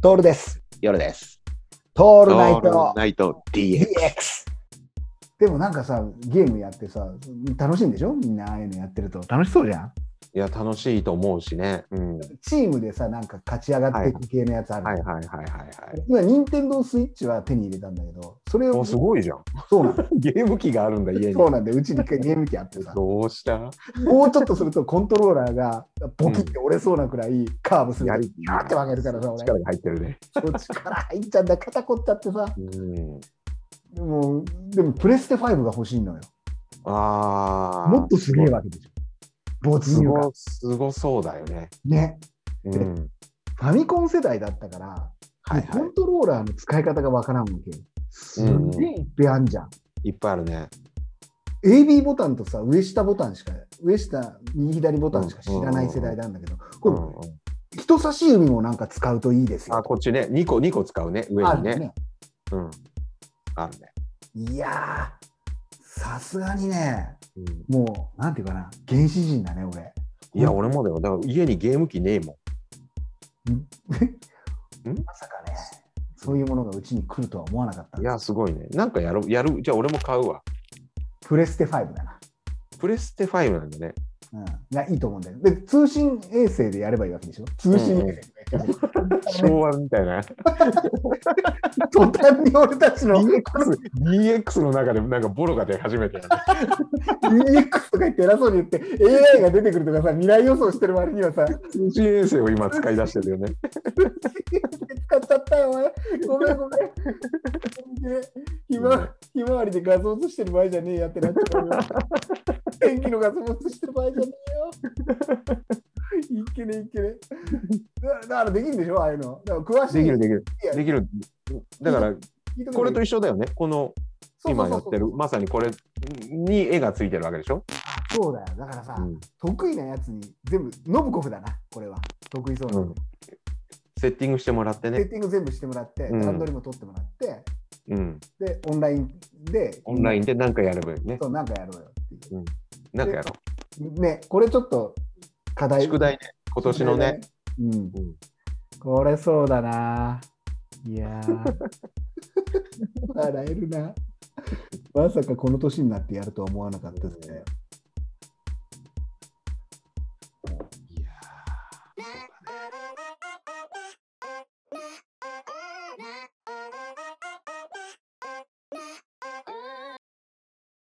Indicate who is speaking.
Speaker 1: トールです。
Speaker 2: 夜です。
Speaker 1: ト
Speaker 2: オ
Speaker 1: ールナイト
Speaker 2: ナイト DX。
Speaker 1: DX。でもなんかさ、ゲームやってさ、楽しいんでしょみんなああいうのやってると。楽しそうじゃん。
Speaker 2: いや、楽しいと思うしね。うん。は
Speaker 1: チームでさ、なんか勝ち上がっていく系のやつある。
Speaker 2: いはいはいはいはい。
Speaker 1: 今、任天堂スイッチは手に入れたんだけど、それを
Speaker 2: お、すごいじゃん。
Speaker 1: そうなんだ。
Speaker 2: ゲーム機があるんだ、家に。
Speaker 1: そうなんだよ。うちに一回ゲーム機あってさ、
Speaker 2: どうした
Speaker 1: もうちょっとするとコントローラーがボキって折れそうなくらいカーブする
Speaker 2: や
Speaker 1: やつ
Speaker 2: り、
Speaker 1: ガーって曲げるからさ、俺。
Speaker 2: 力が入ってるね。
Speaker 1: そう力入っちゃうんだよ、肩こっちゃってさ。
Speaker 2: うん。
Speaker 1: もう、でもプレステ5が欲しいのよ。
Speaker 2: あー。
Speaker 1: もっとすげえわけでしょ。没
Speaker 2: す
Speaker 1: 入感
Speaker 2: ご。すごそうだよね。
Speaker 1: ね。
Speaker 2: うん。
Speaker 1: ファミコン世代だったから、
Speaker 2: はい
Speaker 1: コ
Speaker 2: は
Speaker 1: ントローラーの使い方がわからんわけ。すんげえいっぺんあんじゃん。
Speaker 2: い。いっぱいあるね。
Speaker 1: AB ボタンとさ、上下ボタンしか、上下、右左ボタンしか知らない世代なんだけど、
Speaker 2: う
Speaker 1: こ
Speaker 2: ん
Speaker 1: の
Speaker 2: うん
Speaker 1: 人差し指もなんか使うといいです
Speaker 2: あ、
Speaker 1: よ。
Speaker 2: こっちね。2個、二個使うね。上
Speaker 1: あ
Speaker 2: に
Speaker 1: るよ
Speaker 2: ね。
Speaker 1: ね。
Speaker 2: うん。あるね。
Speaker 1: いやー、さすがにね、
Speaker 2: うん
Speaker 1: もう、なんていうかな、原始人だね、俺。
Speaker 2: いや、俺もだよ。だから家にゲーム機ねえもん。
Speaker 1: んまさかね、そういうものがうちに来るとは思わなかった
Speaker 2: い。や、すごいね。なんかやる、やる。じゃあ俺も買うわ。
Speaker 1: プレステ5だな。
Speaker 2: プレステ5な んだね。
Speaker 1: うん、がいいと思うんだよ。で、通信衛星でやればいいわけでしょ通信衛星とか言って
Speaker 2: 昭和みたいな。
Speaker 1: 途端に俺たちの
Speaker 2: DX, DX の中でなんかボロが出始めて、ね、
Speaker 1: DX とか言って偉そうに言って AI が出てくるとかさ未来予想してる割にはさ
Speaker 2: 通信衛星を今使い出してるよね。
Speaker 1: 使っちゃったよお前ごめんごめん ひまひまわりで画像映してる場合じゃねえやってなっちゃうよ天気の画像映してる場合じゃねえよいけねいけねだだからできるんでしょああいうのだから詳しい
Speaker 2: できるできる
Speaker 1: いや。
Speaker 2: できる。だから
Speaker 1: 聞いとけばいい
Speaker 2: これと一緒だよね。この
Speaker 1: そうそう
Speaker 2: 今
Speaker 1: そ
Speaker 2: や
Speaker 1: う
Speaker 2: ってるまさにこれに絵がついてるわけでしょ。
Speaker 1: そうだよだからさ、
Speaker 2: うん
Speaker 1: 得意なやつに全部ノブコフだなこれは得意そうな、
Speaker 2: うんセッティングしてもらって
Speaker 1: セッ
Speaker 2: ね。
Speaker 1: ティング全部してもらって、
Speaker 2: うん
Speaker 1: 段取りも取ってもらって、
Speaker 2: うん。
Speaker 1: で、オンラインで、
Speaker 2: オンラインで何かやればいいね。
Speaker 1: そう、なんかやろうよってい
Speaker 2: 何かやろ
Speaker 1: う。ね、これちょっと課
Speaker 2: う。
Speaker 1: 題。
Speaker 2: 宿題ね。今年のね。
Speaker 1: 宿題だね。
Speaker 2: うん
Speaker 1: うん。これそうだな。いやー。 笑えるな。まさかこの年になってやるとは思わなかったですね。